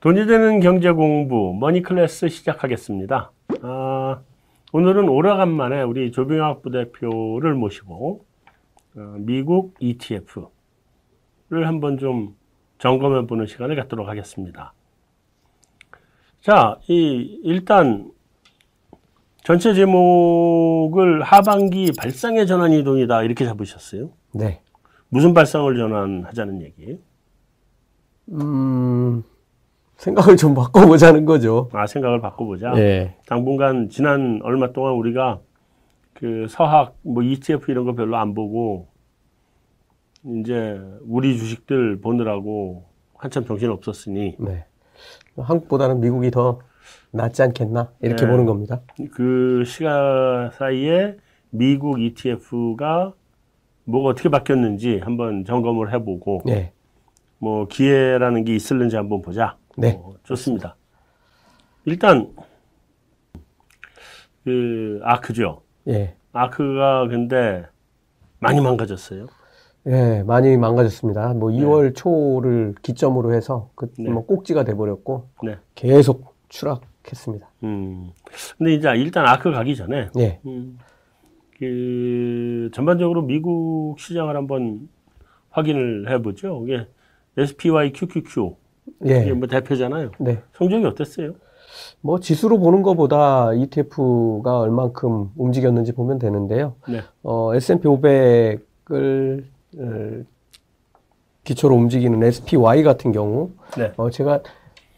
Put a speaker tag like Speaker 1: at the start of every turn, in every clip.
Speaker 1: 돈이 되는 경제 공부 머니 클래스 시작하겠습니다. 아, 오늘은 오래간만에 우리 조병학 부대표를 모시고 어, 미국 ETF를 한번 좀 점검해 보는 시간을 갖도록 하겠습니다. 자, 이 일단 전체 제목을 하반기 발상의 전환 이동이다 이렇게 잡으셨어요.
Speaker 2: 네.
Speaker 1: 무슨 발상을 전환하자는 얘기예요?
Speaker 2: 음, 생각을 좀 바꿔보자는 거죠.
Speaker 1: 아, 생각을 바꿔보자.
Speaker 2: 예.
Speaker 1: 당분간 지난 얼마 동안 우리가 그 서학 뭐 ETF 이런 거 별로 안 보고 이제 우리 주식들 보느라고 한참 정신 없었으니
Speaker 2: 네. 한국보다는 미국이 더 낫지 않겠나? 이렇게
Speaker 1: 네.
Speaker 2: 보는 겁니다.
Speaker 1: 그 시간 사이에 미국 ETF가 뭐가 어떻게 바뀌었는지 한번 점검을 해보고
Speaker 2: 네.
Speaker 1: 뭐 기회라는 게 있을는지 한번 보자.
Speaker 2: 네.
Speaker 1: 어, 좋습니다. 일단 그 아크죠.
Speaker 2: 예.
Speaker 1: 아크가 근데 많이 망가졌어요.
Speaker 2: 예, 많이 망가졌습니다. 뭐 2월 초를 기점으로 해서 그
Speaker 1: 네.
Speaker 2: 뭐 꼭지가 돼 버렸고
Speaker 1: 네.
Speaker 2: 계속 추락했습니다.
Speaker 1: 음. 근데 이제 일단 아크 가기 전에
Speaker 2: 예.
Speaker 1: 음, 그 전반적으로 미국 시장을 한번 확인을 해보죠. 이게 SPY QQQ 이게
Speaker 2: 예.
Speaker 1: 뭐 대표잖아요.
Speaker 2: 네.
Speaker 1: 성적이 어땠어요?
Speaker 2: 뭐 지수로 보는 것보다 ETF가 얼만큼 움직였는지 보면 되는데요.
Speaker 1: 네.
Speaker 2: 어, S&P 500을 어, 기초로 움직이는 SPY 같은 경우
Speaker 1: 네.
Speaker 2: 어, 제가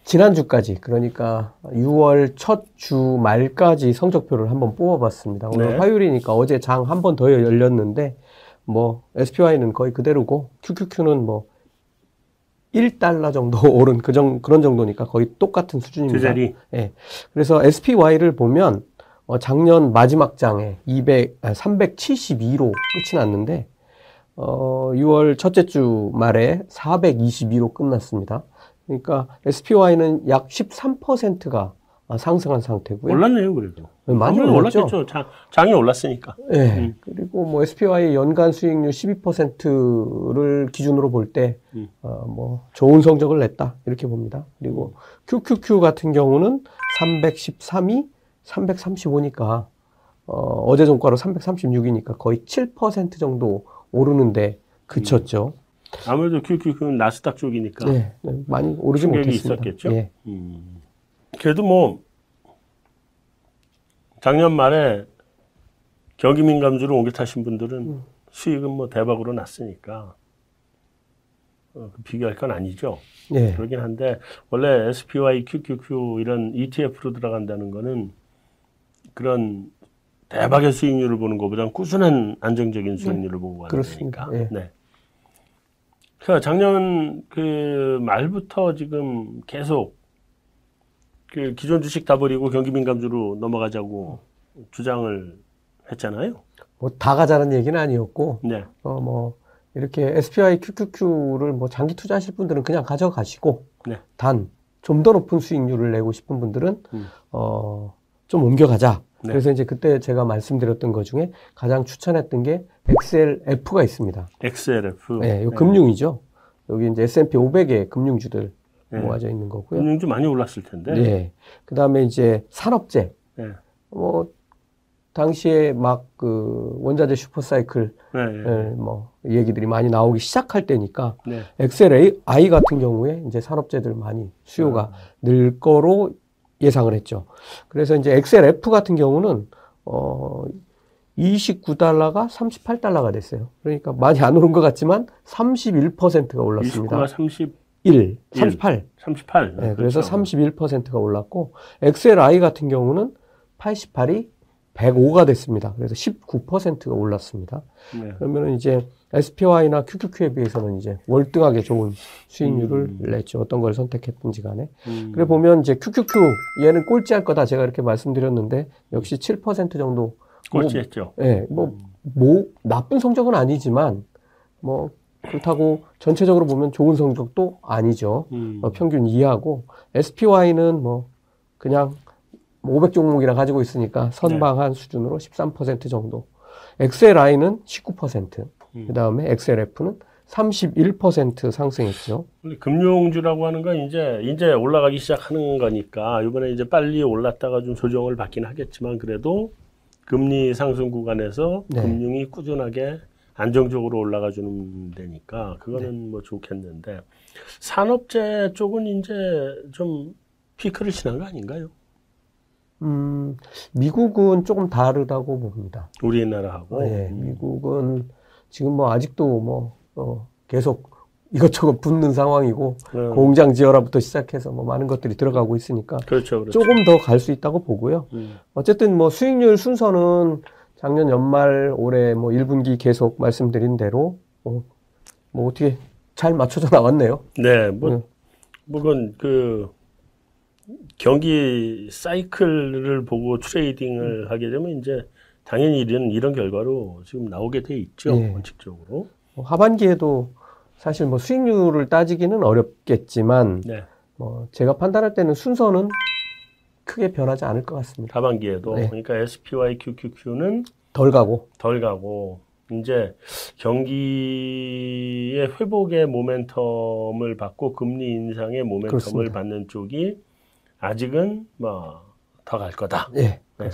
Speaker 2: 지난주까지, 그러니까 6월 첫 주 말까지 성적표를 한번 뽑아봤습니다. 오늘
Speaker 1: 네.
Speaker 2: 화요일이니까 어제 장 한 번 더 열렸는데, 뭐, SPY는 거의 그대로고, QQQ는 뭐, 1달러 정도 오른 그 정, 그런 정도니까 거의 똑같은 수준입니다.
Speaker 1: 제자리.
Speaker 2: 예. 그래서 SPY를 보면, 어, 작년 마지막 장에 200, 아, 372로 끝이 났는데, 어, 6월 첫째 주 말에 422로 끝났습니다. 그러니까 SPY는 약 13%가 아, 상승한 상태고요.
Speaker 1: 올랐네요, 그래도.
Speaker 2: 네, 많이
Speaker 1: 아무래도
Speaker 2: 올랐죠.
Speaker 1: 올랐겠죠. 장, 장이 올랐으니까.
Speaker 2: 예.
Speaker 1: 음.
Speaker 2: 그리고 뭐 SPY 연간 수익률 12%를 기준으로 볼 때,
Speaker 1: 음.
Speaker 2: 어, 뭐, 좋은 성적을 냈다. 이렇게 봅니다. 그리고 QQQ 같은 경우는 313이 335니까, 어, 어제 종가로 336이니까 거의 7% 정도 오르는데 그쳤죠.
Speaker 1: 음. 아무래도 QQQ는 나스닥 쪽이니까.
Speaker 2: 네, 네, 많이 오르지
Speaker 1: 아. 충격이
Speaker 2: 못했습니다.
Speaker 1: 있었겠죠?
Speaker 2: 예,
Speaker 1: 음. 그래도 뭐 작년 말에 경기 민감주를 옮겨 타신 분들은 수익은 뭐 대박으로 났으니까 어, 그 비교할 건 아니죠.
Speaker 2: 예,
Speaker 1: 그러긴 한데 원래 SPY, QQQ 이런 ETF로 들어간다는 거는 그런 대박의 수익률을 보는 것보다는 꾸준한 안정적인 수익률을 보고 가는
Speaker 2: 네. 그렇습니다.
Speaker 1: 거니까.
Speaker 2: 예.
Speaker 1: 네. 그 작년 그 말부터 지금 계속 그 기존 주식 다 버리고 경기 민감주로 넘어가자고 주장을 했잖아요.
Speaker 2: 뭐 다 가자는 얘기는 아니었고,
Speaker 1: 네.
Speaker 2: 어, 뭐 이렇게 SPY QQQ를 뭐 장기 투자하실 분들은 그냥 가져가시고,
Speaker 1: 네.
Speaker 2: 단 좀 더 높은 수익률을 내고 싶은 분들은
Speaker 1: 음.
Speaker 2: 어, 좀 옮겨가자.
Speaker 1: 네.
Speaker 2: 그래서 이제 그때 제가 말씀드렸던 것 중에 가장 추천했던 게 XLF가 있습니다.
Speaker 1: XLF.
Speaker 2: 예, 요 금융이죠. 여기 이제 S&P 500의 금융주들
Speaker 1: 네.
Speaker 2: 모아져 있는 거고요.
Speaker 1: 금융주 많이 올랐을 텐데.
Speaker 2: 예. 그다음에 이제 산업재
Speaker 1: 네.
Speaker 2: 뭐 당시에 막 그 원자재 슈퍼사이클
Speaker 1: 네. 네.
Speaker 2: 을뭐 얘기들이 많이 나오기 시작할 때니까
Speaker 1: 네.
Speaker 2: XLI 같은 경우에 이제 산업재들 많이
Speaker 1: 아.
Speaker 2: 수요가
Speaker 1: 네.
Speaker 2: 늘 거로 예상을 했죠. 그래서 이제 XLF 같은 경우는 어 29달러가 38달러가 됐어요. 그러니까 많이 안 오른 것 같지만 31%가
Speaker 1: 29가
Speaker 2: 올랐습니다.
Speaker 1: 30,
Speaker 2: 1, 38.
Speaker 1: 38.
Speaker 2: 네, 그래서
Speaker 1: 그렇죠.
Speaker 2: 31%가 올랐고 XLI 같은 경우는 88이 105가 됐습니다. 그래서 19%가 올랐습니다.
Speaker 1: 네.
Speaker 2: 그러면 이제 SPY나 QQQ에 비해서는 이제 월등하게 좋은 수익률을
Speaker 1: 음.
Speaker 2: 냈죠. 어떤 걸 선택했든지 간에.
Speaker 1: 음.
Speaker 2: 그래 보면 이제 QQQ 얘는 꼴찌할 거다 제가 이렇게 말씀드렸는데 역시 7% 정도
Speaker 1: 꼴찌했죠.
Speaker 2: 예, 뭐, 뭐, 나쁜 성적은 아니지만, 뭐, 그렇다고 전체적으로 보면 좋은 성적도 아니죠.
Speaker 1: 음.
Speaker 2: 어, 평균 이하고, SPY는 뭐, 그냥 500 종목이나 가지고 있으니까
Speaker 1: 네.
Speaker 2: 선방한 수준으로 13% 정도. XLI는 19%,
Speaker 1: 음.
Speaker 2: 그 다음에 XLF는 31% 상승했죠.
Speaker 1: 원래 금융주라고 하는 건 이제 이제 올라가기 시작하는 거니까 이번에 이제 빨리 올랐다가 좀 조정을 받긴 하겠지만 그래도 금리 상승 구간에서
Speaker 2: 네.
Speaker 1: 금융이 꾸준하게 안정적으로 올라가 주는 데니까 그거는
Speaker 2: 네.
Speaker 1: 뭐 좋겠는데 산업재 쪽은 이제 좀 피크를 지난 거 아닌가요?
Speaker 2: 음, 미국은 조금 다르다고 봅니다.
Speaker 1: 우리나라하고
Speaker 2: 예,
Speaker 1: 음.
Speaker 2: 미국은 지금 뭐 아직도 뭐 어, 계속 이것저것 붙는 상황이고
Speaker 1: 음,
Speaker 2: 공장 지어라부터 시작해서 뭐 많은 것들이 들어가고 있으니까
Speaker 1: 그렇죠, 그렇죠.
Speaker 2: 조금 더 갈 수 있다고 보고요.
Speaker 1: 음,
Speaker 2: 어쨌든 뭐 수익률 순서는 작년 연말 올해 뭐 1분기 계속 말씀드린 대로 어, 뭐 어떻게 잘 맞춰져 나왔네요.
Speaker 1: 네, 뭐
Speaker 2: 음.
Speaker 1: 물론 그 경기 사이클을 보고 트레이딩을
Speaker 2: 음.
Speaker 1: 하게 되면 이제 당연히 이런 이런 결과로 지금 나오게 돼 있죠
Speaker 2: 예.
Speaker 1: 원칙적으로.
Speaker 2: 뭐 하반기에도 사실 뭐 수익률을 따지기는 어렵겠지만
Speaker 1: 네,
Speaker 2: 뭐 제가 판단할 때는 순서는 크게 변하지 않을 것 같습니다.
Speaker 1: 하반기에도
Speaker 2: 네.
Speaker 1: 그러니까 SPY QQQ는
Speaker 2: 덜 가고
Speaker 1: 덜 가고 이제 경기의 회복의 모멘텀을 받고 금리 인상의 모멘텀을
Speaker 2: 그렇습니다.
Speaker 1: 받는 쪽이 아직은 뭐 더 갈 거다.
Speaker 2: 예.
Speaker 1: 네.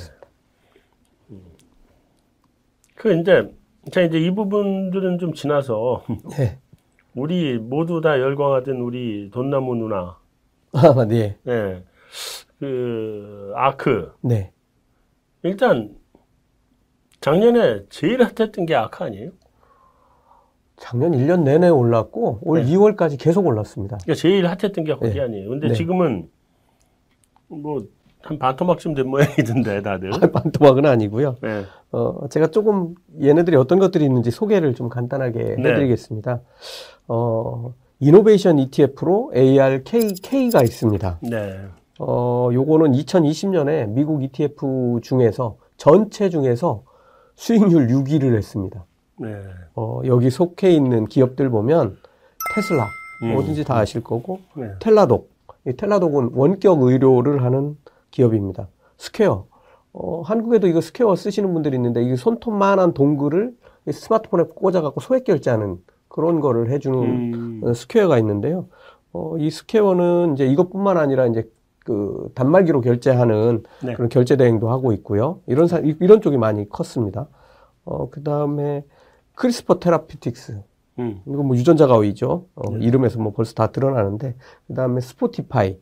Speaker 1: 그 이제 자 이제 이 부분들은 좀 지나서
Speaker 2: 예.
Speaker 1: 우리 모두 다 열광하던 우리 돈나무 누나,
Speaker 2: 아, 네.
Speaker 1: 예, 그 아크.
Speaker 2: 네.
Speaker 1: 일단 작년에 제일 핫했던 게 아크 아니에요?
Speaker 2: 작년 1년 내내 올랐고 올
Speaker 1: 네.
Speaker 2: 2월까지 계속 올랐습니다.
Speaker 1: 그러니까 제일 핫했던 게 거기
Speaker 2: 네.
Speaker 1: 아니에요. 근데
Speaker 2: 네.
Speaker 1: 지금은 뭐 한 반토막쯤 된 모양이던데 다들.
Speaker 2: 반토막은 아니고요.
Speaker 1: 네.
Speaker 2: 어, 제가 조금 얘네들이 어떤 것들이 있는지 소개를 좀 간단하게
Speaker 1: 네.
Speaker 2: 해드리겠습니다. 어, 이노베이션 ETF로 ARKK가 있습니다.
Speaker 1: 네.
Speaker 2: 어, 요거는 2020년에 미국 ETF 중에서 전체 중에서 수익률 6위를 했습니다.
Speaker 1: 네.
Speaker 2: 어, 여기 속해 있는 기업들 보면 테슬라,
Speaker 1: 음.
Speaker 2: 뭐든지 다 아실 거고,
Speaker 1: 네.
Speaker 2: 텔라독. 이 텔라독은 원격 의료를 하는 기업입니다. 스퀘어. 어, 한국에도 이거 스퀘어 쓰시는 분들이 있는데, 이 손톱만한 동글을 이 스마트폰에 꽂아갖고 소액 결제하는 그런 거를 해주는
Speaker 1: 음.
Speaker 2: 어, 스퀘어가 있는데요. 어, 이 스퀘어는 이제 이것뿐만 아니라 이제 그 단말기로 결제하는
Speaker 1: 네.
Speaker 2: 그런 결제 대행도 하고 있고요. 이런 사, 이- 이런 쪽이 많이 컸습니다. 어, 그 다음에 크리스퍼 테라피틱스.
Speaker 1: 음.
Speaker 2: 이거 뭐 유전자 가위죠. 어,
Speaker 1: 네.
Speaker 2: 이름에서 뭐 벌써 다 드러나는데 그다음에 스포티파이.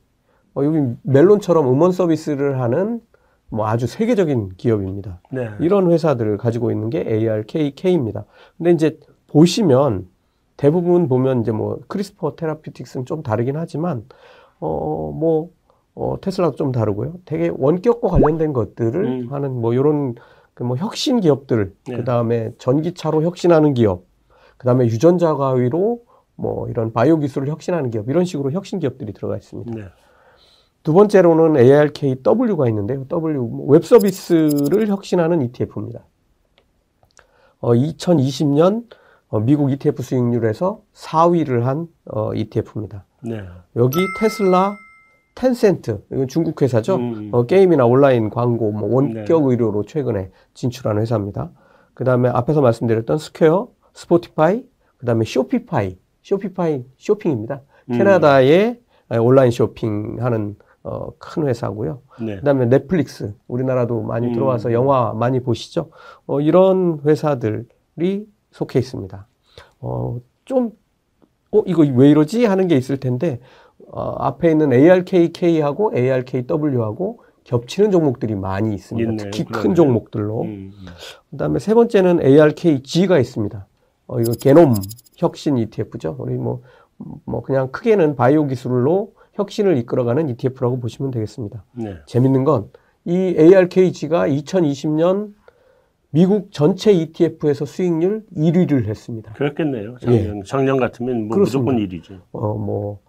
Speaker 2: 어, 여기 멜론처럼 음원 서비스를 하는 뭐 아주 세계적인 기업입니다.
Speaker 1: 네.
Speaker 2: 이런 회사들을 가지고 있는 게 ARKK입니다. 근데 이제 보시면 대부분 보면 이제 뭐 크리스퍼 테라피틱스는 좀 다르긴 하지만 어뭐 어, 테슬라도 좀 다르고요. 되게 원격과 관련된 것들을
Speaker 1: 음.
Speaker 2: 하는 뭐 요런 그뭐 혁신 기업들,
Speaker 1: 네.
Speaker 2: 그다음에 전기차로 혁신하는 기업, 그다음에 유전자 가위로 뭐 이런 바이오 기술을 혁신하는 기업 이런 식으로 혁신 기업들이 들어가 있습니다.
Speaker 1: 네.
Speaker 2: 두 번째로는 ARKW가 있는데요. W 뭐, 웹 서비스를 혁신하는 E ETF입니다. 2020년 어, 미국 ETF 수익률에서 4위를 한 어, ETF입니다.
Speaker 1: 네.
Speaker 2: 여기 테슬라, 텐센트, 이건 중국 회사죠.
Speaker 1: 음.
Speaker 2: 어, 게임이나 온라인 광고, 뭐 원격
Speaker 1: 네.
Speaker 2: 의료로 최근에 진출한 회사입니다. 그 다음에 앞에서 말씀드렸던 스퀘어, 스포티파이, 그 다음에 쇼피파이, 쇼피파이 쇼핑입니다.
Speaker 1: 음.
Speaker 2: 캐나다의 온라인 쇼핑하는 어, 큰 회사고요.
Speaker 1: 네.
Speaker 2: 그 다음에 넷플릭스, 우리나라도 많이
Speaker 1: 음.
Speaker 2: 들어와서 영화 많이 보시죠. 어, 이런 회사들이 속해 있습니다. 어, 좀, 어, 이거 왜 이러지? 하는 게 있을 텐데, 어, 앞에 있는 ARKK하고 ARKW하고 겹치는 종목들이 많이 있습니다.
Speaker 1: 있네요.
Speaker 2: 특히 큰
Speaker 1: 그러네요.
Speaker 2: 종목들로.
Speaker 1: 음.
Speaker 2: 그 다음에 세 번째는 ARKG가 있습니다. 어, 이거 게놈 혁신 ETF죠. 우리 뭐, 뭐, 그냥 크게는 바이오 기술로 혁신을 이끌어가는 ETF라고 보시면 되겠습니다.
Speaker 1: 네.
Speaker 2: 재밌는 건 이 ARKG가 2020년 미국 전체 ETF에서 수익률 1위를 했습니다.
Speaker 1: 그렇겠네요. 작년, 작년 같으면 뭐
Speaker 2: 예. 그렇습니다.
Speaker 1: 무조건 일이죠.
Speaker 2: 어, 뭐,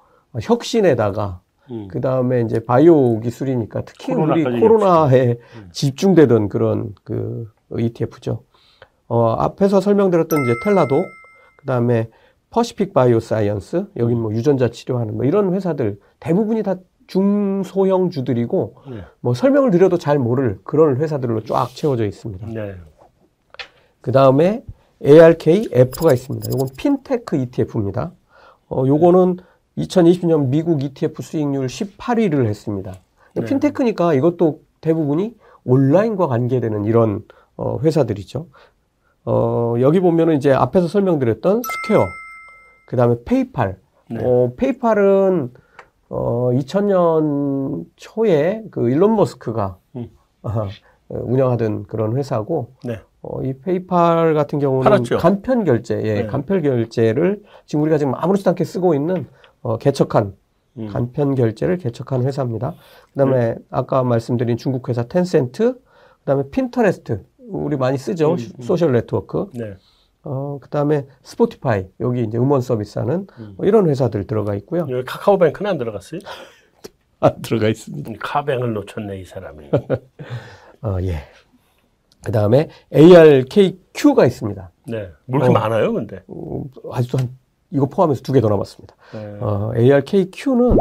Speaker 2: 혁신에다가,
Speaker 1: 음.
Speaker 2: 그 다음에 이제 바이오 기술이니까 특히 우리
Speaker 1: 코로나까지
Speaker 2: 코로나에
Speaker 1: 음.
Speaker 2: 집중되던 그런 그 ETF죠. 어, 앞에서 설명드렸던 이제 텔라독, 그 다음에 퍼시픽 바이오 사이언스, 여긴 뭐 유전자 치료하는 뭐 이런 회사들 대부분이 다 중소형 주들이고
Speaker 1: 네.
Speaker 2: 뭐 설명을 드려도 잘 모를 그런 회사들로 쫙 채워져 있습니다.
Speaker 1: 네.
Speaker 2: 그 다음에 ARKF가 있습니다. 요건 핀테크 ETF입니다. 어, 요거는 2020년 미국 ETF 수익률 18위를 했습니다.
Speaker 1: 네.
Speaker 2: 핀테크니까 이것도 대부분이 온라인과 관계되는 이런 어, 회사들이죠. 어, 여기 보면은 이제 앞에서 설명드렸던 스퀘어, 그 다음에 페이팔.
Speaker 1: 네.
Speaker 2: 어, 페이팔은 어, 2000년 초에 그 일론 머스크가
Speaker 1: 음.
Speaker 2: 어, 운영하던 그런 회사고,
Speaker 1: 네.
Speaker 2: 어, 이 페이팔 같은 경우는
Speaker 1: 팔았죠.
Speaker 2: 간편 결제, 예,
Speaker 1: 네.
Speaker 2: 간편 결제를 지금 우리가 지금 아무렇지도 않게 쓰고 있는 어, 개척한
Speaker 1: 음.
Speaker 2: 간편 결제를 개척한 회사입니다. 그다음에 아까 말씀드린 중국 회사 텐센트, 그다음에 핀터레스트 우리 많이 쓰죠
Speaker 1: 음, 음.
Speaker 2: 소셜 네트워크.
Speaker 1: 네.
Speaker 2: 어 그다음에 스포티파이 여기 이제 음원 서비스하는
Speaker 1: 음.
Speaker 2: 뭐 이런 회사들 들어가 있고요.
Speaker 1: 여기 카카오뱅크는 안 들어갔어요?
Speaker 2: 아 들어가 있습니다.
Speaker 1: 카뱅을 놓쳤네 이 사람이.
Speaker 2: 어 예. 그다음에 ARKQ가 있습니다.
Speaker 1: 네. 뭐 이렇게
Speaker 2: 어.
Speaker 1: 많아요, 근데.
Speaker 2: 어, 아직도 한 이거 포함해서 두 개 더 남았습니다.
Speaker 1: 네.
Speaker 2: 어, ARKQ는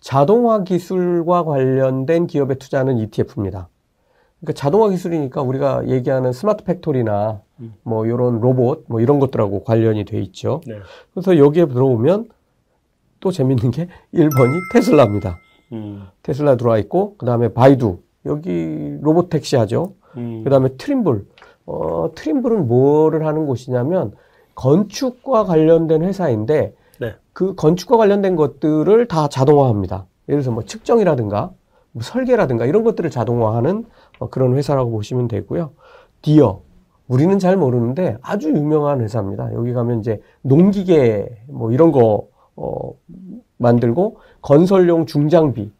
Speaker 2: 자동화 기술과 관련된 기업에 투자하는 ETF입니다. 그러니까 자동화 기술이니까 우리가 얘기하는 스마트 팩토리나
Speaker 1: 음.
Speaker 2: 뭐 이런 로봇 뭐 이런 것들하고 관련이 돼 있죠.
Speaker 1: 네.
Speaker 2: 그래서 여기에 들어오면 또 재밌는 게 1번이 테슬라입니다.
Speaker 1: 음.
Speaker 2: 테슬라 들어와 있고 그다음에 바이두 여기 로봇 택시 하죠.
Speaker 1: 음.
Speaker 2: 그다음에 트림블. 어, 트림블은 뭐를 하는 곳이냐면 건축과 관련된 회사인데
Speaker 1: 네.
Speaker 2: 그 건축과 관련된 것들을 다 자동화합니다. 예를 들어서 뭐 측정이라든가 뭐 설계라든가 이런 것들을 자동화하는 어, 그런 회사라고 보시면 되고요. 디어 우리는 잘 모르는데 아주 유명한 회사입니다. 여기 가면 이제 농기계 뭐 이런 거 어, 만들고 건설용 중장비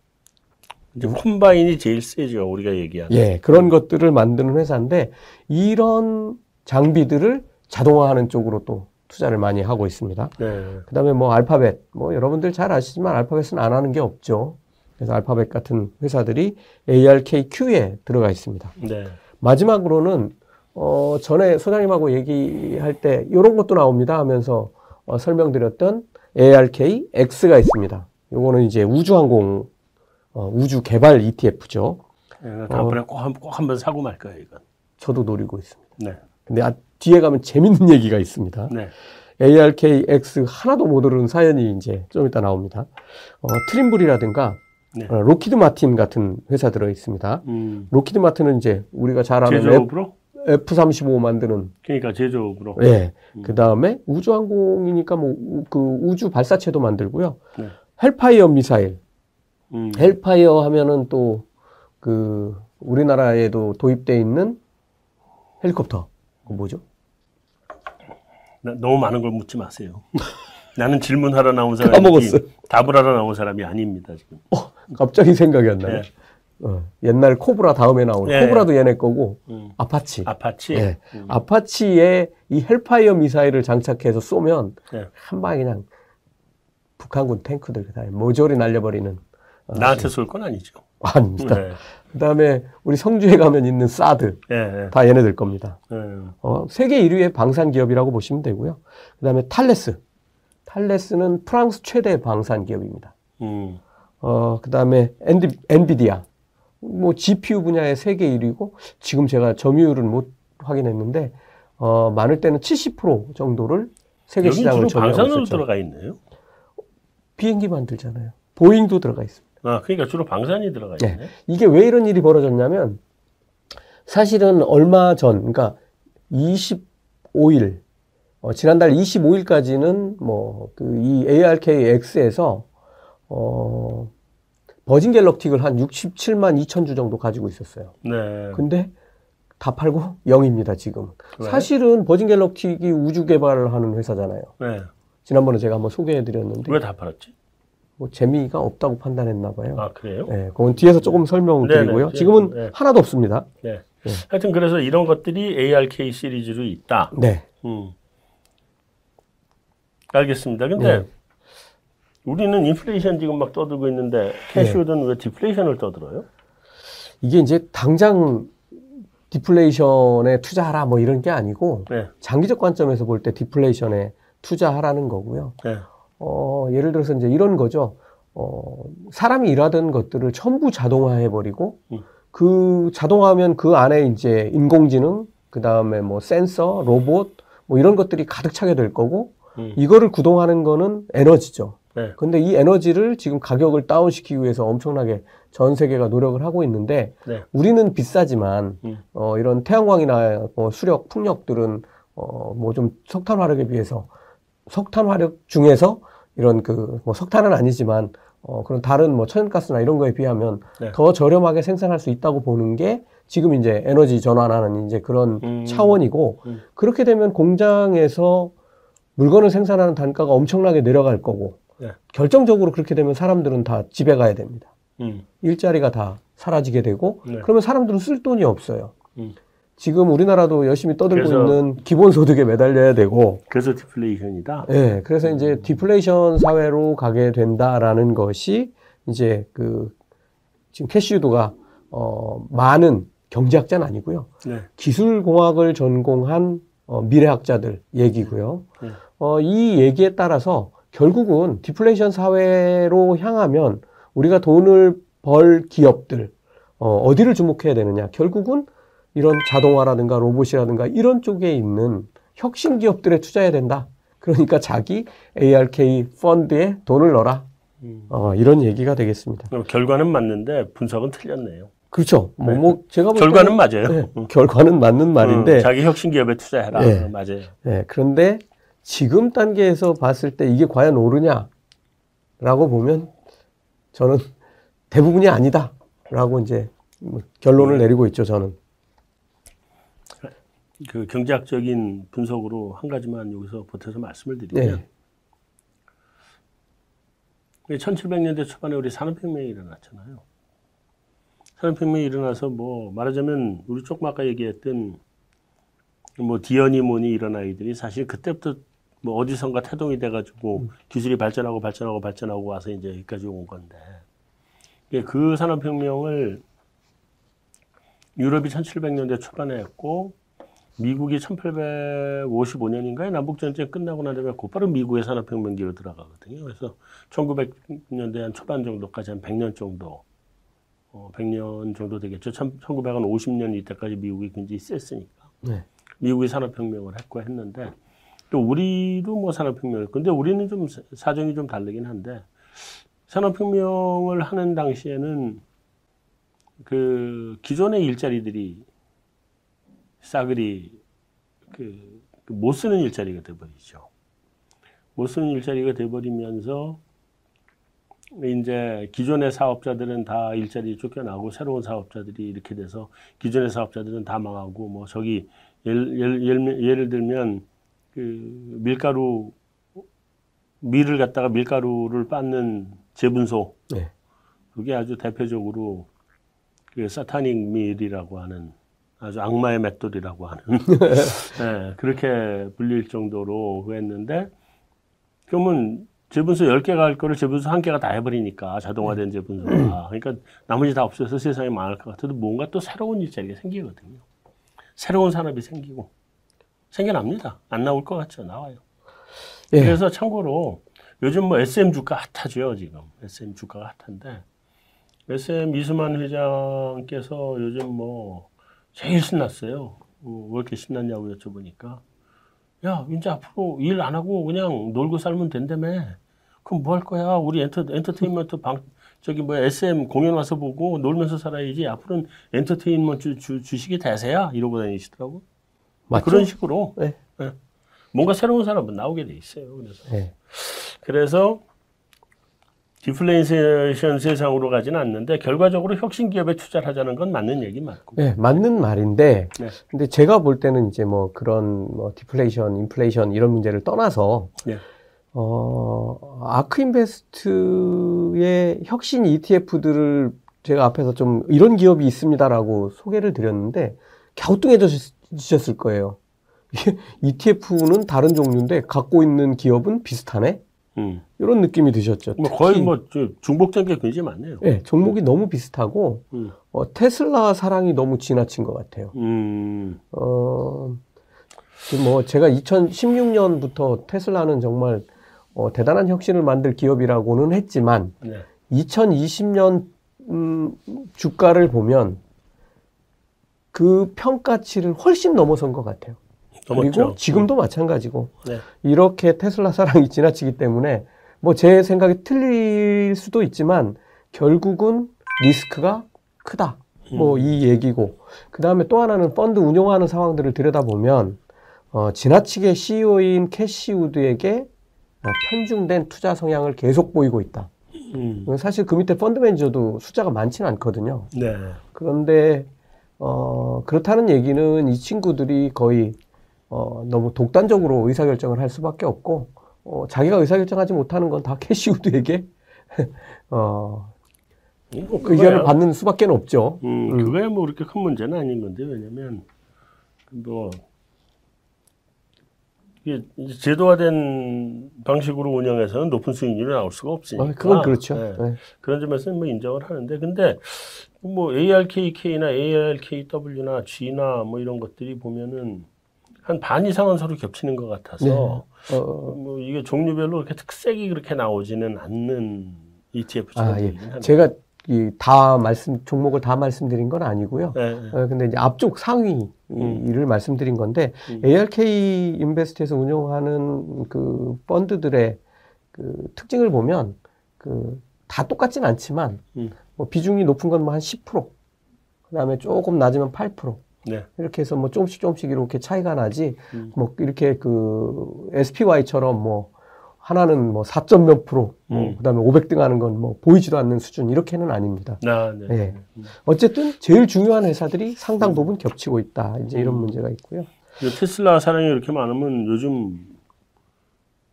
Speaker 1: 이제 콤바인이 제일 세죠, 우리가 얘기하는.
Speaker 2: 예, 그런 것들을 만드는 회사인데 이런 장비들을 자동화하는 쪽으로 또 투자를 많이 하고 있습니다.
Speaker 1: 네.
Speaker 2: 그다음에 뭐 알파벳, 뭐 여러분들 잘 아시지만 알파벳은 안 하는 게 없죠. 그래서 알파벳 같은 회사들이 ARKQ에 들어가 있습니다.
Speaker 1: 네.
Speaker 2: 마지막으로는 어 전에 소장님하고 얘기할 때 이런 것도 나옵니다 하면서 어, 설명드렸던 ARKX가 있습니다. 요거는 이제 우주항공 어, 우주 개발 ETF죠. 어.
Speaker 1: 네, 다음번에 꼭, 한- 꼭 한번 사고 말 거예요, 이건.
Speaker 2: 저도 노리고 있습니다.
Speaker 1: 네.
Speaker 2: 근데 아, 뒤에 가면 재밌는 얘기가 있습니다.
Speaker 1: 네.
Speaker 2: ARKX 하나도 못 오르는 사연이 이제 좀 이따 나옵니다. 어, 트림블이라든가
Speaker 1: 네.
Speaker 2: 어, 로키드 마틴 같은 회사 들어 있습니다.
Speaker 1: 음.
Speaker 2: 로키드 마틴은 이제 우리가 잘 아는 F,
Speaker 1: 제조업으로?
Speaker 2: F-35 만드는
Speaker 1: 그러니까 제조업으로.
Speaker 2: 예.
Speaker 1: 음.
Speaker 2: 그 다음에 우주항공이니까 뭐 그 우주 발사체도 만들고요.
Speaker 1: 네.
Speaker 2: 헬파이어 미사일.
Speaker 1: 음.
Speaker 2: 헬파이어 하면은 또 그 우리나라에도 도입돼 있는 헬리콥터. 그 뭐죠?
Speaker 1: 나- 너무 많은 걸 묻지 마세요. 나는 질문하러 나온 사람이
Speaker 2: 까먹었어요.
Speaker 1: 답을 하러 나온 사람이 아닙니다, 지금.
Speaker 2: 갑자기 생각이 안 나네.
Speaker 1: 네.
Speaker 2: 어, 옛날 코브라 다음에 나온
Speaker 1: 네.
Speaker 2: 코브라도 얘네 거고
Speaker 1: 음.
Speaker 2: 아파치.
Speaker 1: 아파치?
Speaker 2: 예.
Speaker 1: 음.
Speaker 2: 아파치에 이 헬파이어 미사일을 장착해서 쏘면
Speaker 1: 네.
Speaker 2: 한 방에 그냥 북한군 탱크들 그다음에 모조리 날려버리는 예.
Speaker 1: 나한테 쏠 건 아니죠.
Speaker 2: 아, 아닙니다.
Speaker 1: 네.
Speaker 2: 그다음에 우리 성주에 가면 있는 사드
Speaker 1: 예, 예.
Speaker 2: 다 얘네들 겁니다.
Speaker 1: 예.
Speaker 2: 어, 세계 1위의 방산 기업이라고 보시면 되고요. 그다음에 탈레스. 탈레스는 프랑스 최대 방산 기업입니다.
Speaker 1: 음.
Speaker 2: 어, 그 다음에 엔비디아. 뭐, GPU 분야의 세계 1위고, 지금 제가 점유율은 못 확인했는데, 어, 많을 때는 70% 정도를 세계
Speaker 1: 여기 주로
Speaker 2: 시장을 점유하고
Speaker 1: 방산으로
Speaker 2: 있었죠.
Speaker 1: 들어가 있네요.
Speaker 2: 비행기 만들잖아요. 보잉도 들어가 있습니다.
Speaker 1: 아, 그러니까 주로 방산이 들어가
Speaker 2: 네.
Speaker 1: 있네.
Speaker 2: 이게 왜 이런 일이 벌어졌냐면, 사실은 얼마 전, 그러니까 25일, 어, 지난달 25일까지는 뭐, 그, 이 ARKX에서, 어, 버진 갤럭틱을 한 67만 2천 주 정도 가지고 있었어요.
Speaker 1: 네.
Speaker 2: 근데 다 팔고 0입니다, 지금.
Speaker 1: 왜?
Speaker 2: 사실은 버진 갤럭틱이 우주 개발을 하는 회사잖아요.
Speaker 1: 네.
Speaker 2: 지난번에 제가 한번 소개해 드렸는데
Speaker 1: 왜 다 팔았지?
Speaker 2: 뭐 재미가 없다고 판단했나 봐요.
Speaker 1: 아, 그래요?
Speaker 2: 네, 그건 뒤에서 조금 설명을
Speaker 1: 네네,
Speaker 2: 드리고요.
Speaker 1: 뒤에,
Speaker 2: 지금은
Speaker 1: 네.
Speaker 2: 하나도 없습니다.
Speaker 1: 네. 하여튼 그래서 이런 것들이 ARK 시리즈로 있다.
Speaker 2: 네.
Speaker 1: 음. 알겠습니다. 근데
Speaker 2: 네.
Speaker 1: 우리는 인플레이션 지금 막 떠들고 있는데 캐시우드는
Speaker 2: 예.
Speaker 1: 왜 디플레이션을 떠들어요?
Speaker 2: 이게 이제 당장 디플레이션에 투자하라 뭐 이런 게 아니고
Speaker 1: 네.
Speaker 2: 장기적 관점에서 볼 때 디플레이션에 투자하라는 거고요.
Speaker 1: 네.
Speaker 2: 어, 예를 들어서 이제 이런 거죠. 어, 사람이 일하던 것들을 전부 자동화해버리고,
Speaker 1: 음.
Speaker 2: 그 자동화하면 그 안에 이제 인공지능, 그 다음에 뭐 센서, 로봇, 뭐 이런 것들이 가득 차게 될 거고
Speaker 1: 음.
Speaker 2: 이거를 구동하는 거는 에너지죠.
Speaker 1: 네.
Speaker 2: 근데 이 에너지를 지금 가격을 다운시키기 위해서 엄청나게 전 세계가 노력을 하고 있는데
Speaker 1: 네.
Speaker 2: 우리는 비싸지만
Speaker 1: 음.
Speaker 2: 어, 이런 태양광이나 어, 수력, 풍력들은 어, 뭐 좀 석탄 화력에 비해서 석탄 화력 중에서 이런 그 뭐 석탄은 아니지만 어, 그런 다른 뭐 천연가스나 이런 거에 비하면
Speaker 1: 네.
Speaker 2: 더 저렴하게 생산할 수 있다고 보는 게 지금 이제 에너지 전환하는 이제 그런
Speaker 1: 음.
Speaker 2: 차원이고
Speaker 1: 음.
Speaker 2: 그렇게 되면 공장에서 물건을 생산하는 단가가 엄청나게 내려갈 거고
Speaker 1: 네.
Speaker 2: 결정적으로 그렇게 되면 사람들은 다 집에 가야 됩니다.
Speaker 1: 음.
Speaker 2: 일자리가 다 사라지게 되고
Speaker 1: 네.
Speaker 2: 그러면 사람들은 쓸 돈이 없어요.
Speaker 1: 음.
Speaker 2: 지금 우리나라도 열심히 떠들고
Speaker 1: 그래서-
Speaker 2: 있는 기본 소득에 매달려야 되고
Speaker 1: 그래서 디플레이션이다.
Speaker 2: 예, 그래서 이제 디플레이션 사회로 가게 된다라는 것이 이제 그 지금 캐시유도가 어 많은 경제학자는 아니고요.
Speaker 1: 네.
Speaker 2: 기술공학을 전공한 어, 미래학자들 얘기고요.
Speaker 1: 네.
Speaker 2: 어, 이 얘기에 따라서 결국은 디플레이션 사회로 향하면 우리가 돈을 벌 기업들 어, 어디를 주목해야 되느냐? 결국은 이런 자동화라든가 로봇이라든가 이런 쪽에 있는 혁신 기업들에 투자해야 된다. 그러니까 자기 ARK 펀드에 돈을 넣어라.
Speaker 1: 음.
Speaker 2: 어, 이런 얘기가 되겠습니다.
Speaker 1: 그럼 어, 결과는 맞는데 분석은 틀렸네요.
Speaker 2: 그렇죠. 뭐,
Speaker 1: 네.
Speaker 2: 뭐 제가 볼 때는-
Speaker 1: 결과는 맞아요.
Speaker 2: 네, 결과는 맞는 말인데
Speaker 1: 음, 자기 혁신 기업에 투자해라.
Speaker 2: 네.
Speaker 1: 어, 맞아요.
Speaker 2: 네, 그런데 지금 단계에서 봤을 때 이게 과연 오르냐라고 보면 저는 대부분이 아니다라고 이제 뭐
Speaker 1: 네.
Speaker 2: 결론을 내리고 있죠, 저는.
Speaker 1: 그 경제학적인 분석으로 한 가지만 여기서 보태서 말씀을 드리면
Speaker 2: 네,
Speaker 1: 1700년대 초반에 우리 산업혁명이 일어났잖아요. 산업혁명이 일어나서 뭐 말하자면 우리 조금 아까 얘기했던 뭐 디언이 뭐니 이런 아이들이 사실 그때부터 뭐 어디선가 태동이 돼가지고 기술이 발전하고 발전하고 발전하고 와서 이제 여기까지 온 건데 이게 그 산업혁명을 유럽이 1700년대 초반에 했고 미국이 1855년인가에 남북전쟁 끝나고 난 다음에 곧바로 미국의 산업혁명기로 들어가거든요. 그래서 1900년대 한 초반 정도까지 한 100년 정도, 어, 100년 정도 되겠죠. 1950년 이때까지 미국이 굉장히 셌으니까.
Speaker 2: 네.
Speaker 1: 미국이 산업혁명을 했고 했는데, 또 우리도 뭐 산업혁명을, 근데 우리는 좀 사- 사정이 좀 다르긴 한데, 산업혁명을 하는 당시에는 그 기존의 일자리들이 싸그리 그, 못 쓰는 일자리가 돼버리죠. 못 쓰는 일자리가 돼버리면서 이제 기존의 사업자들은 다 일자리 쫓겨나고 새로운 사업자들이 이렇게 돼서 기존의 사업자들은 다 망하고 뭐 저기 예를, 예를, 예를, 예를 들면 그 밀가루 밀을 갖다가 밀가루를 빻는 재분소
Speaker 2: 네.
Speaker 1: 그게 아주 대표적으로 그 사타닉 밀이라고 하는 아주 악마의 맷돌이라고 하는 예, 그렇게 불릴 정도로 했는데 그러면 재분소 10개가 할 거를 재분소 1개가 다 해버리니까 자동화된 재분소가 그러니까 나머지 다 없어서 세상이 망할 것 같아도 뭔가 또 새로운 일자리가 생기거든요 새로운 산업이 생기고 생겨납니다 안 나올 것 같죠 나와요
Speaker 2: 예.
Speaker 1: 그래서 참고로 요즘 뭐 SM 주가 핫하죠 지금 SM 주가가 핫한데 SM 이수만 회장께서 요즘 뭐 제일 신났어요. 어, 왜 이렇게 신났냐고 여쭤보니까 야 이제 앞으로 일 안 하고 그냥 놀고 살면 된다며 그럼 뭐 할 거야 우리 엔터 엔터테인먼트 방 저기 뭐 SM 공연 와서 보고 놀면서 살아야지 앞으로는 엔터테인먼트 주, 주, 식이 대세야 이러고 다니시더라고
Speaker 2: 맞죠?
Speaker 1: 그런 식으로
Speaker 2: 네.
Speaker 1: 예. 뭔가 새로운 사람은 나오게 돼 있어요 그래서
Speaker 2: 네.
Speaker 1: 그래서 디플레이션 세상으로 가지는 않는데 결과적으로 혁신 기업에 투자를 하자는 건 맞는 얘기 맞고
Speaker 2: 네, 맞는 말인데
Speaker 1: 네.
Speaker 2: 근데 제가 볼 때는 이제 뭐 그런 뭐 디플레이션, 인플레이션 이런 문제를 떠나서
Speaker 1: 네.
Speaker 2: 어, 아크인베스트의 혁신 ETF들을 제가 앞에서 좀 이런 기업이 있습니다라고 소개를 드렸는데 갸우뚱해지셨을 거예요. 이게 ETF는 다른 종류인데 갖고 있는 기업은 비슷하네?
Speaker 1: 음.
Speaker 2: 이런 느낌이 드셨죠.
Speaker 1: 뭐 거의
Speaker 2: 특히,
Speaker 1: 뭐 저- 중복된 게 굉장히 많네요.
Speaker 2: 예, 종목이 너무 비슷하고
Speaker 1: 음.
Speaker 2: 어, 테슬라 사랑이 너무 지나친 것 같아요.
Speaker 1: 음.
Speaker 2: 어, 그뭐 제가 2016년부터 테슬라는 정말 어, 대단한 혁신을 만들 기업이라고는 했지만
Speaker 1: 네.
Speaker 2: 2020년 음, 주가를 보면 그 평가치를 훨씬 넘어선 것 같아요.
Speaker 1: 넘었죠. 음.
Speaker 2: 그리고 지금도 마찬가지고
Speaker 1: 네.
Speaker 2: 이렇게 테슬라 사랑이 지나치기 때문에 뭐 제 생각이 틀릴 수도 있지만 결국은 리스크가 크다.
Speaker 1: 음.
Speaker 2: 뭐 이 얘기고 그 다음에 또 하나는 펀드 운용하는 상황들을 들여다보면 어, 지나치게 CEO인 캐시우드에게 어, 편중된 투자 성향을 계속 보이고 있다.
Speaker 1: 음.
Speaker 2: 사실 그 밑에 펀드 매니저도 숫자가 많지는 않거든요.
Speaker 1: 네.
Speaker 2: 그런데 어, 그렇다는 얘기는 이 친구들이 거의 어, 너무 독단적으로 의사결정을 할 수밖에 없고 어, 자기가 의사결정하지 못하는 건 다 캐시우드에게 어,
Speaker 1: 뭐
Speaker 2: 의견을
Speaker 1: 그거야.
Speaker 2: 받는 수밖에 없죠.
Speaker 1: 음,
Speaker 2: 음.
Speaker 1: 그거야 뭐 그렇게 큰 문제는 아닌 건데 왜냐면 뭐 이게 이제 제도화된 방식으로 운영해서는 높은 수익률이 나올 수가
Speaker 2: 어,
Speaker 1: 없으니까.
Speaker 2: 그건 그렇죠.
Speaker 1: 네.
Speaker 2: 네.
Speaker 1: 그런 점에서는 뭐 인정을 하는데 근데 뭐 ARKK나 ARKW나 G나 뭐 이런 것들이 보면은 한 반 이상은 서로 겹치는 것
Speaker 2: 네.
Speaker 1: 같아서
Speaker 2: 어,
Speaker 1: 뭐 이게 종류별로 이렇게 특색이 그렇게 나오지는 않는 ETF 중
Speaker 2: 아,
Speaker 1: 아,
Speaker 2: 예. 제가 이 다 말씀 종목을 다 말씀드린 건 아니고요.
Speaker 1: 네.
Speaker 2: 어, 근데 이제 앞쪽 상위를 말씀드린 건데
Speaker 1: 음.
Speaker 2: ARK 인베스트에서 운영하는 그 펀드들의 그 특징을 보면 그 다 똑같진 않지만
Speaker 1: 음.
Speaker 2: 뭐 비중이 높은 건 뭐 한 10% 그다음에 조금 낮으면 8%
Speaker 1: 네.
Speaker 2: 이렇게 해서 뭐 조금씩 조금씩 이렇게 차이가 나지
Speaker 1: 음.
Speaker 2: 뭐 이렇게 그 SPY처럼 뭐 하나는 뭐 4점 몇 프로 뭐
Speaker 1: 음.
Speaker 2: 그다음에 500등 하는 건 뭐 보이지도 않는 수준 이렇게는 아닙니다.
Speaker 1: 아, 네.
Speaker 2: 예. 어쨌든 제일 중요한 회사들이 상당 부분 겹치고 있다. 이제
Speaker 1: 음.
Speaker 2: 이런 문제가 있고요.
Speaker 1: 이 테슬라 사랑이 이렇게 많으면 요즘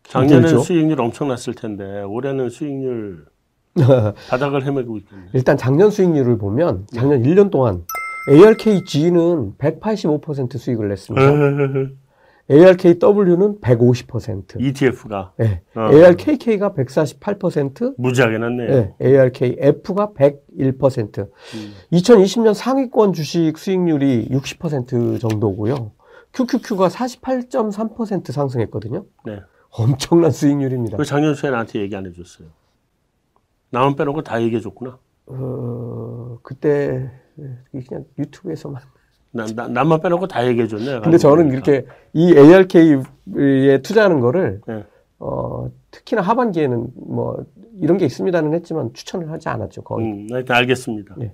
Speaker 1: 작년에는
Speaker 2: 힘들죠.
Speaker 1: 수익률 엄청 났을 텐데 올해는 수익률 바닥을 헤매고 있겠네.
Speaker 2: 일단 작년 수익률을 보면
Speaker 1: 네.
Speaker 2: 작년 1년 동안 ARKG는 185% 수익을
Speaker 1: 네.
Speaker 2: 냈습니다. 그렇죠? ARKW는 150%.
Speaker 1: ETF가
Speaker 2: 예.
Speaker 1: E 어.
Speaker 2: ARKK가 148%,
Speaker 1: 무지하게 났네요.
Speaker 2: 예. ARKF가 101%.
Speaker 1: 음.
Speaker 2: 2020년 상위권 주식 수익률이 60% 정도고요. QQQ가 48.3% 상승했거든요.
Speaker 1: 네.
Speaker 2: 엄청난 수익률입니다.
Speaker 1: 그 작년 초에 나한테 얘기 안 해줬어요. 나만 빼놓고 다 얘기해줬구나.
Speaker 2: 어, 그때 그냥 유튜브에서만.
Speaker 1: 나, 나, 나만 빼놓고 다 얘기해줬네.
Speaker 2: 근데 저는
Speaker 1: 그러니까.
Speaker 2: 이렇게 이 ARK에 투자하는 거를
Speaker 1: 네.
Speaker 2: 어, 특히나 하반기에는 뭐 이런 게 있습니다는 했지만 추천을 하지 않았죠. 거의.
Speaker 1: 음, 일단 알겠습니다.
Speaker 2: 네.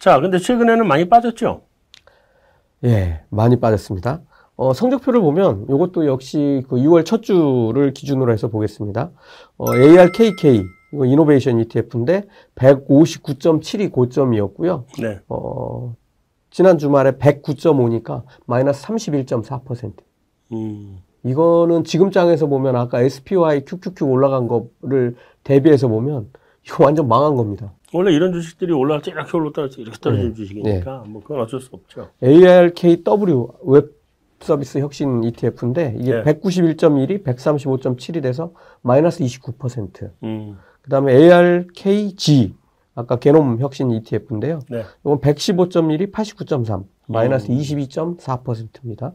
Speaker 1: 자, 근데 최근에는 많이 빠졌죠?
Speaker 2: 예, 많이 빠졌습니다. 어, 성적표를 보면 이것도 역시 그 6월 첫 주를 기준으로 해서 보겠습니다. 어, ARKK 이거 E 이노베이션 ETF인데 159.7이 고점이었고요.
Speaker 1: 네.
Speaker 2: 어, 지난 주말에 109.5니까 마이너스 31.4%.
Speaker 1: 음,
Speaker 2: 이거는 지금 장에서 보면 아까 SPY, QQQ 올라간 거를 대비해서 보면 이거 완전 망한 겁니다.
Speaker 1: 원래 이런 주식들이 올라갈 때 이렇게 올랐다 이렇게 떨어지는
Speaker 2: 네.
Speaker 1: 주식이니까 뭐 그건 어쩔 수 없죠.
Speaker 2: ARKW 웹 서비스 혁신 ETF인데 이게
Speaker 1: 네.
Speaker 2: 191.1이 135.7이 돼서 마이너스 29%.
Speaker 1: 음,
Speaker 2: 그다음에 ARKG 아까 게놈 혁신 ETF인데요.
Speaker 1: 네. 음.
Speaker 2: 이건 115.1이 89.3, 마이너스 22.4%입니다.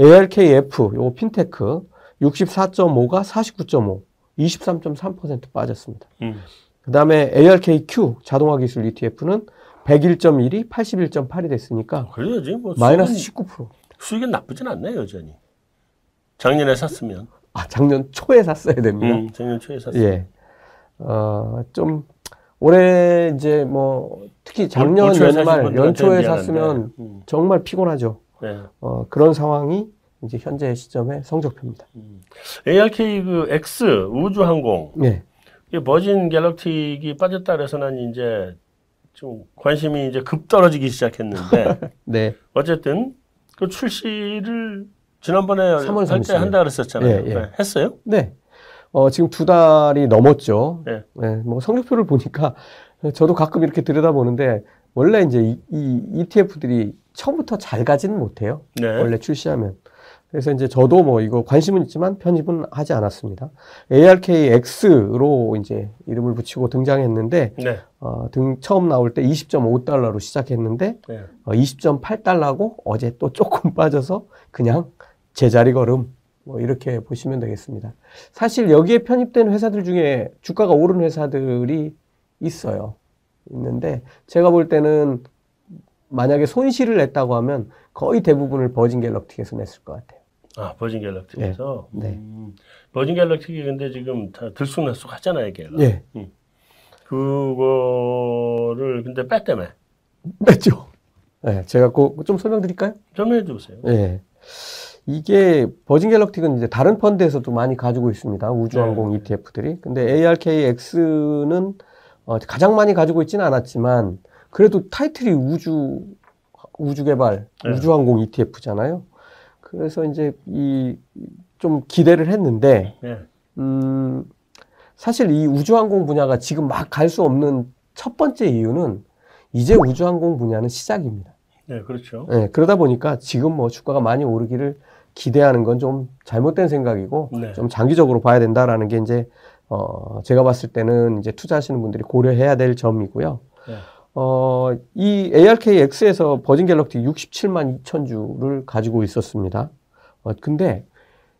Speaker 2: ARKF, 요거 핀테크, 64.5가 49.5, 23.3% 빠졌습니다.
Speaker 1: 음.
Speaker 2: 그 다음에 ARKQ, 자동화 기술 E ETF는 101.1이 81.8이 됐으니까,
Speaker 1: 그래요, 지금 뭐
Speaker 2: 마이너스
Speaker 1: 수익은,
Speaker 2: 19%.
Speaker 1: 수익은 나쁘진 않네 여전히. 작년에 샀으면,
Speaker 2: 아, 작년 초에 샀어야 됩니다.
Speaker 1: 음, 작년 초에 샀으면.
Speaker 2: 예. 어, 좀, 올해 이제 뭐, 특히 작년
Speaker 1: 어, 올초에 사신
Speaker 2: 연말,
Speaker 1: 분들한테는
Speaker 2: 연초에
Speaker 1: 미안한데.
Speaker 2: 샀으면
Speaker 1: 음,
Speaker 2: 정말 피곤하죠.
Speaker 1: 네.
Speaker 2: 어, 그런 상황이 이제 현재 시점의 성적표입니다.
Speaker 1: ARK 그 X 우주항공,
Speaker 2: 네.
Speaker 1: 이게 버진 갤럭틱이 빠졌다 그래서 난 이제 좀 관심이 이제 급 떨어지기 시작했는데.
Speaker 2: 네.
Speaker 1: 어쨌든 그 출시를 지난번에
Speaker 2: 삼월
Speaker 1: 할 때
Speaker 2: 삼십일.
Speaker 1: 한다 그랬었잖아요.
Speaker 2: 예, 예.
Speaker 1: 네, 했어요?
Speaker 2: 네. 어, 지금 두 달이 넘었죠.
Speaker 1: 네.
Speaker 2: 뭐 성적표를 보니까 저도 가끔 이렇게 들여다보는데 원래 이제 이, 이 ETF들이 처음부터 잘 가지는 못해요.
Speaker 1: 네.
Speaker 2: 원래 출시하면. 그래서 이제 저도 뭐 이거 관심은 있지만 편입은 하지 않았습니다. ARKX로 이제 이름을 붙이고 등장했는데
Speaker 1: 네.
Speaker 2: 어, 등 처음 나올 때 20.5달러로 시작했는데
Speaker 1: 네.
Speaker 2: 어, 20.8달러고 어제 또 조금 빠져서 그냥 제자리 걸음 뭐 이렇게 보시면 되겠습니다. 사실 여기에 편입된 회사들 중에 주가가 오른 회사들이 있어요. 있는데 제가 볼 때는 만약에 손실을 냈다고 하면 거의 대부분을 버진 갤럭틱에서 냈을 것 같아요.
Speaker 1: 아, 버진 갤럭틱에서.
Speaker 2: 네, 네.
Speaker 1: 음, 버진 갤럭틱이 근데 지금 다 들쑥날쑥하잖아요, 이게.
Speaker 2: 예,
Speaker 1: 그거를 근데 뺐다며.
Speaker 2: 맞죠. 예, 제가 그 좀 설명드릴까요?
Speaker 1: 좀 해주세요.
Speaker 2: 예. 이게 버진 갤럭틱은 이제 다른 펀드에서도 많이 가지고 있습니다. 우주항공
Speaker 1: 네.
Speaker 2: ETF들이. 근데 ARKX는 어, 가장 많이 가지고 있지는 않았지만 그래도 타이틀이 우주 우주 개발,
Speaker 1: 네.
Speaker 2: 우주항공 ETF잖아요. 그래서 이제 이 좀 기대를 했는데
Speaker 1: 네.
Speaker 2: 음, 사실 이 우주항공 분야가 지금 막 갈 수 없는 첫 번째 이유는 이제 우주항공 분야는 시작입니다.
Speaker 1: 네, 그렇죠.
Speaker 2: 예, 그러다 보니까 지금 뭐 주가가 많이 오르기를 기대하는 건 좀 잘못된 생각이고
Speaker 1: 네.
Speaker 2: 좀 장기적으로 봐야 된다라는 게 이제 어 제가 봤을 때는 이제 투자하시는 분들이 고려해야 될 점이고요.
Speaker 1: 네.
Speaker 2: 어, 이 ARKX에서 버진 갤럭틱 67만 2천 주를 가지고 있었습니다. 어, 근데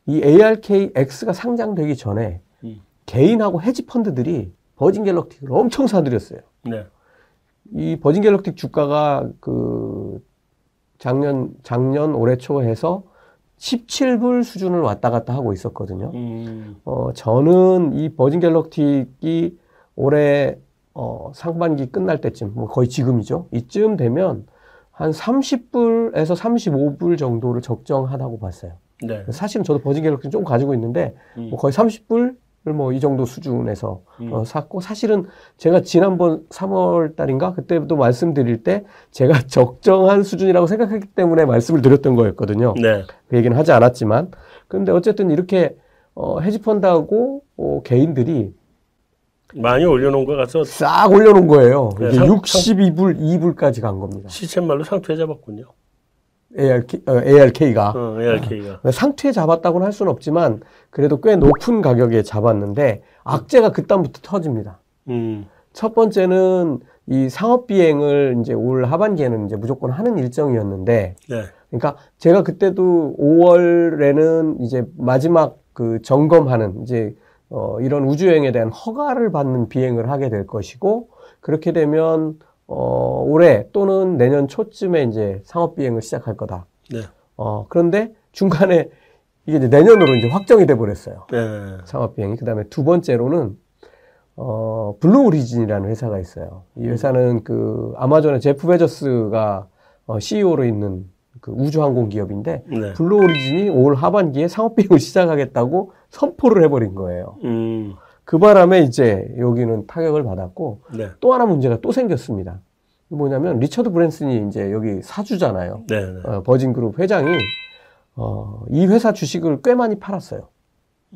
Speaker 2: 이 ARKX가 상장되기 전에
Speaker 1: 음.
Speaker 2: 개인하고 헤지 펀드들이 버진 갤럭틱을 엄청 사들였어요.
Speaker 1: 네.
Speaker 2: 이 버진 갤럭틱 주가가 그 작년 작년 올해 초 해서 17불 수준을 왔다 갔다 하고 있었거든요.
Speaker 1: 음,
Speaker 2: 어 저는 이 버진 갤럭틱이 올해 어 상반기 끝날 때쯤 뭐 거의 지금이죠. 이쯤 되면 한 30불에서 35불 정도를 적정하다고 봤어요.
Speaker 1: 네.
Speaker 2: 사실은 저도 버진 갤럭틱 좀 가지고 있는데
Speaker 1: 음,
Speaker 2: 뭐 거의 30불 뭐 이 정도 수준에서
Speaker 1: 음.
Speaker 2: 어, 샀고 사실은 제가 지난번 3월 달인가 그때도 말씀드릴 때 제가 적정한 수준이라고 생각했기 때문에 말씀을 드렸던 거였거든요.
Speaker 1: 네.
Speaker 2: 그 얘기는 하지 않았지만 근데 어쨌든 이렇게 어, 헤지펀드하고 어, 개인들이
Speaker 1: 많이 올려놓은 것 같아서
Speaker 2: 싹 올려놓은 거예요.
Speaker 1: 네,
Speaker 2: 이게
Speaker 1: 상-
Speaker 2: 62불, 2불까지 간 겁니다.
Speaker 1: 시쳇말로 상투에 잡았군요.
Speaker 2: ARK, 어, ARK가
Speaker 1: 어, ARK가.
Speaker 2: 상투에 잡았다고는 할 수는 없지만 그래도 꽤 높은 가격에 잡았는데 악재가 그다음부터 터집니다.
Speaker 1: 음,
Speaker 2: 첫 번째는 이 상업 비행을 이제 올 하반기에는 이제 무조건 하는 일정이었는데,
Speaker 1: 네.
Speaker 2: 그러니까 제가 그때도 5월에는 이제 마지막 그 점검하는 이제 어 이런 우주 여행에 대한 허가를 받는 비행을 하게 될 것이고, 그렇게 되면 어 올해 또는 내년 초쯤에 이제 상업 비행을 시작할 거다.
Speaker 1: 네.
Speaker 2: 어 그런데 중간에 이게 이제 내년으로 이제 확정이 돼 버렸어요.
Speaker 1: 네.
Speaker 2: 상업 비행이 그다음에 두 번째로는 어 블루 오리진이라는 회사가 있어요. 이 회사는 그 아마존의 제프 베조스가 어, CEO로 있는 그 우주항공 기업인데
Speaker 1: 네.
Speaker 2: 블루 오리진이 올 하반기에 상업 비행을 시작하겠다고 선포를 해버린 거예요.
Speaker 1: 음,
Speaker 2: 그 바람에 이제 여기는 타격을 받았고
Speaker 1: 네.
Speaker 2: 또 하나 문제가 또 생겼습니다. 뭐냐면 리처드 브랜슨이 이제 여기 사주잖아요.
Speaker 1: 네. 네.
Speaker 2: 어, 버진그룹 회장이 어, 이 회사 주식을 꽤 많이 팔았어요.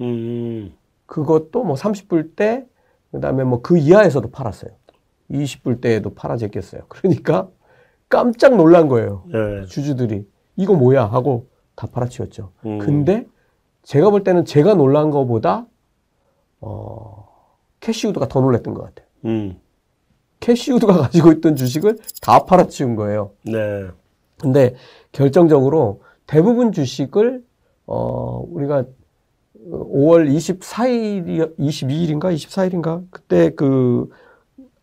Speaker 1: 음,
Speaker 2: 그것도 뭐 30불 대, 그 다음에 뭐 그 이하에서도 팔았어요. 20불 대에도 팔아제꼈어요. 그러니까 깜짝 놀란 거예요.
Speaker 1: 네.
Speaker 2: 주주들이. 이거 뭐야? 하고 다 팔아치웠죠.
Speaker 1: 음,
Speaker 2: 근데 제가 볼 때는 제가 놀란 거보다, 어, 캐시우드가 더 놀랐던 것 같아요.
Speaker 1: 음,
Speaker 2: 캐시우드가 가지고 있던 주식을 다 팔아치운 거예요.
Speaker 1: 네.
Speaker 2: 근데 결정적으로 대부분 주식을 어 우리가 5월 24일 22일인가 24일인가 그때 그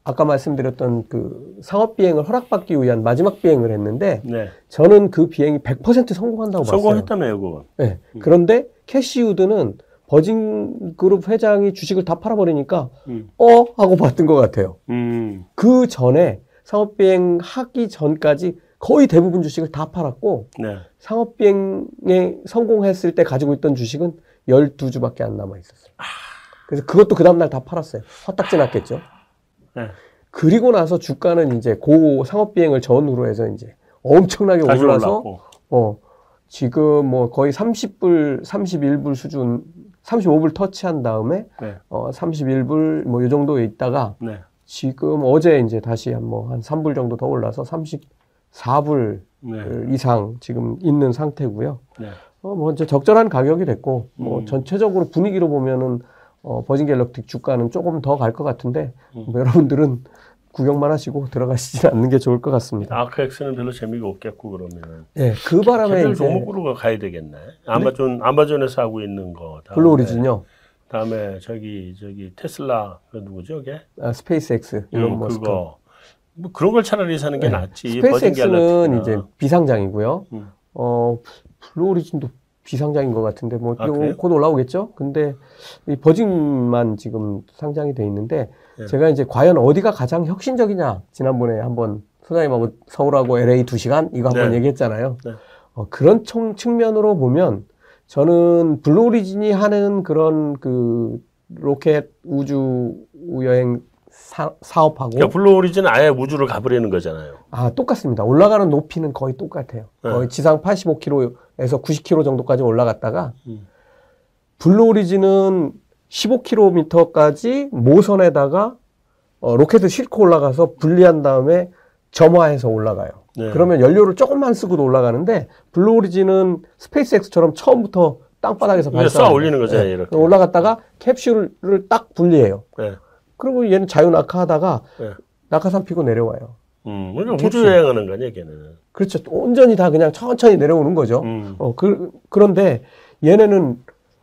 Speaker 2: 아까 말씀드렸던 그 상업 비행을 허락받기 위한 마지막 비행을 했는데
Speaker 1: 네.
Speaker 2: 저는 그 비행이 100% 성공한다고 봤어요.
Speaker 1: 성공했다며요, 그거.
Speaker 2: 네. 그런데 캐시우드는 버진 그룹 회장이 주식을 다 팔아버리니까
Speaker 1: 음,
Speaker 2: 어 하고 봤던 것 같아요.
Speaker 1: 음,
Speaker 2: 그 전에 상업 비행 하기 전까지 거의 대부분 주식을 다 팔았고
Speaker 1: 네.
Speaker 2: 상업 비행에 성공했을 때 가지고 있던 주식은 12주밖에 안 남아 있었어요. 그래서 그것도 그 다음 날 다 팔았어요. 화딱지 났겠죠.
Speaker 1: 네.
Speaker 2: 그리고 나서 주가는 이제 고 상업 비행을 전후로 해서 이제 엄청나게
Speaker 1: 다시
Speaker 2: 올라서
Speaker 1: 올라왔고.
Speaker 2: 어 지금 뭐 거의 30불, 31불 수준 35불 터치한 다음에
Speaker 1: 네.
Speaker 2: 어 31불 뭐 이 정도에 있다가
Speaker 1: 네.
Speaker 2: 지금 어제 이제 다시 한 뭐 한 3불 정도 더 올라서 34불 그
Speaker 1: 네.
Speaker 2: 이상 지금 있는 상태고요.
Speaker 1: 네.
Speaker 2: 어, 뭐 이제 적절한 가격이 됐고 뭐
Speaker 1: 음.
Speaker 2: 전체적으로 분위기로 보면은 어, 버진 갤럭틱 주가는 조금 더 갈 것 같은데
Speaker 1: 음.
Speaker 2: 뭐 여러분들은 구경만 하시고 들어가시지 않는 게 좋을 것 같습니다.
Speaker 1: 아크엑스는 별로 재미가 없겠고 그러면.
Speaker 2: 예, 그 바람에
Speaker 1: 개별
Speaker 2: 이제
Speaker 1: 종목으로 가야 되겠네. 아마존 아마존에서 하고 있는 거. 다음에-
Speaker 2: 블루 오리진요,
Speaker 1: 다음에 저기 저기 테슬라 그 누구죠, 이게?
Speaker 2: 아, 스페이스 X
Speaker 1: 음,
Speaker 2: 일론 머스크.
Speaker 1: 그거. 뭐 그런 걸 차라리 사는 게 낫지. 어. 버진
Speaker 2: 네. 스페이스 X는 뭐
Speaker 1: 갤럭시나.
Speaker 2: 이제 비상장이고요.
Speaker 1: 음.
Speaker 2: 어, 블루 오리진도 비상장인 것 같은데 뭐
Speaker 1: 아,
Speaker 2: 요거
Speaker 1: 그래요?
Speaker 2: 곧 올라오겠죠? 근데 이 버징만 지금 상장이 돼 있는데
Speaker 1: 예.
Speaker 2: 제가 이제 과연 어디가 가장 혁신적이냐 지난번에 한번 소장님하고 서울하고 LA 두 시간 이거 한번
Speaker 1: 네.
Speaker 2: 얘기했잖아요.
Speaker 1: 네.
Speaker 2: 어, 그런 청- 측면으로 보면 저는 블루오리진이 하는 그런 그 로켓 우주 여행 사, 업하고
Speaker 1: 그러니까 블루 오리진 아예 우주를 가버리는 거잖아요.
Speaker 2: 아, 똑같습니다. 올라가는 높이는 거의 똑같아요.
Speaker 1: 네.
Speaker 2: 거의 지상 85km에서 90km 정도까지 올라갔다가
Speaker 1: 음.
Speaker 2: 블루오리진은 15km까지 모선에다가 어, 로켓을 싣고 올라가서 분리한 다음에 점화해서 올라가요.
Speaker 1: 네.
Speaker 2: 그러면 연료를 조금만 쓰고도 올라가는데 블루오리진은 스페이스X처럼 처음부터 땅바닥에서
Speaker 1: 그냥
Speaker 2: 발사.
Speaker 1: 쏴 올리는 거죠, 이렇게.
Speaker 2: 올라갔다가 캡슐을 딱 분리해요.
Speaker 1: 네.
Speaker 2: 그리고 얘는 자유 낙하하다가
Speaker 1: 네.
Speaker 2: 낙하산 피고 내려와요.
Speaker 1: 음, 그러니까
Speaker 2: 캡슐.
Speaker 1: 우주 여행하는 거냐, 걔는.
Speaker 2: 그렇죠. 온전히 다 그냥 천천히 내려오는 거죠.
Speaker 1: 음.
Speaker 2: 어, 그, 그런데 얘네는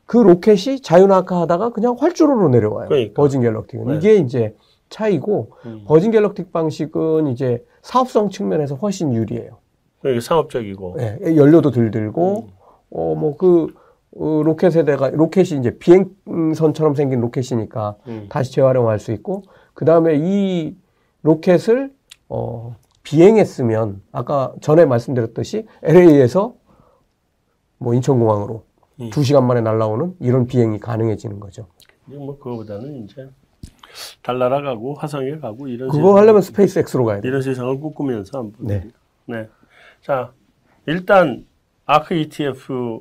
Speaker 2: 그 로켓이 자유낙하하다가 그냥 활주로로 내려와요.
Speaker 1: 그러니까.
Speaker 2: 버진 갤럭틱은
Speaker 1: 네.
Speaker 2: 이게 이제 차이고
Speaker 1: 음.
Speaker 2: 버진 갤럭틱 방식은 이제 사업성 측면에서 훨씬 유리해요.
Speaker 1: 그러니까 상업적이고. 음.
Speaker 2: 예, 연료도 덜 들고 어뭐그 어, 로켓 세대가 로켓이 이제 비행선처럼 생긴 로켓이니까
Speaker 1: 음.
Speaker 2: 다시 재활용할 수 있고 그 다음에 이 로켓을 어, 비행했으면 아까 전에 말씀드렸듯이 LA에서 뭐 인천공항으로
Speaker 1: 음.
Speaker 2: 두 시간 만에 날아오는 이런 비행이 가능해지는 거죠.
Speaker 1: 이제 뭐 그거보다는 이제 달나라 가고 화성에 가고 이런
Speaker 2: 그거
Speaker 1: 세상-
Speaker 2: 하려면 스페이스 X로 가야 돼요.
Speaker 1: 이런 세상을 꿈꾸면서 한번
Speaker 2: 네.
Speaker 1: 네. 자, 일단 아크 ETF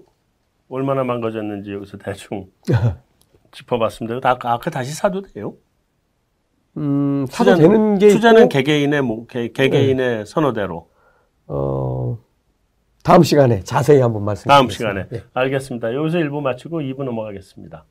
Speaker 1: 얼마나 망가졌는지 여기서 대충 짚어봤습니다. 다 아크 다시 사도 돼요?
Speaker 2: 음, 사도
Speaker 1: 투자는-
Speaker 2: 되는 게
Speaker 1: 투자는
Speaker 2: 있고, 네.
Speaker 1: 개개인의 뭐, 개, 개인의 선호대로
Speaker 2: 어, 다음 시간에 자세히 한번 말씀드리겠습니다.
Speaker 1: 다음 시간에
Speaker 2: 예.
Speaker 1: 알겠습니다. 여기서 1부 마치고 2부 넘어가겠습니다.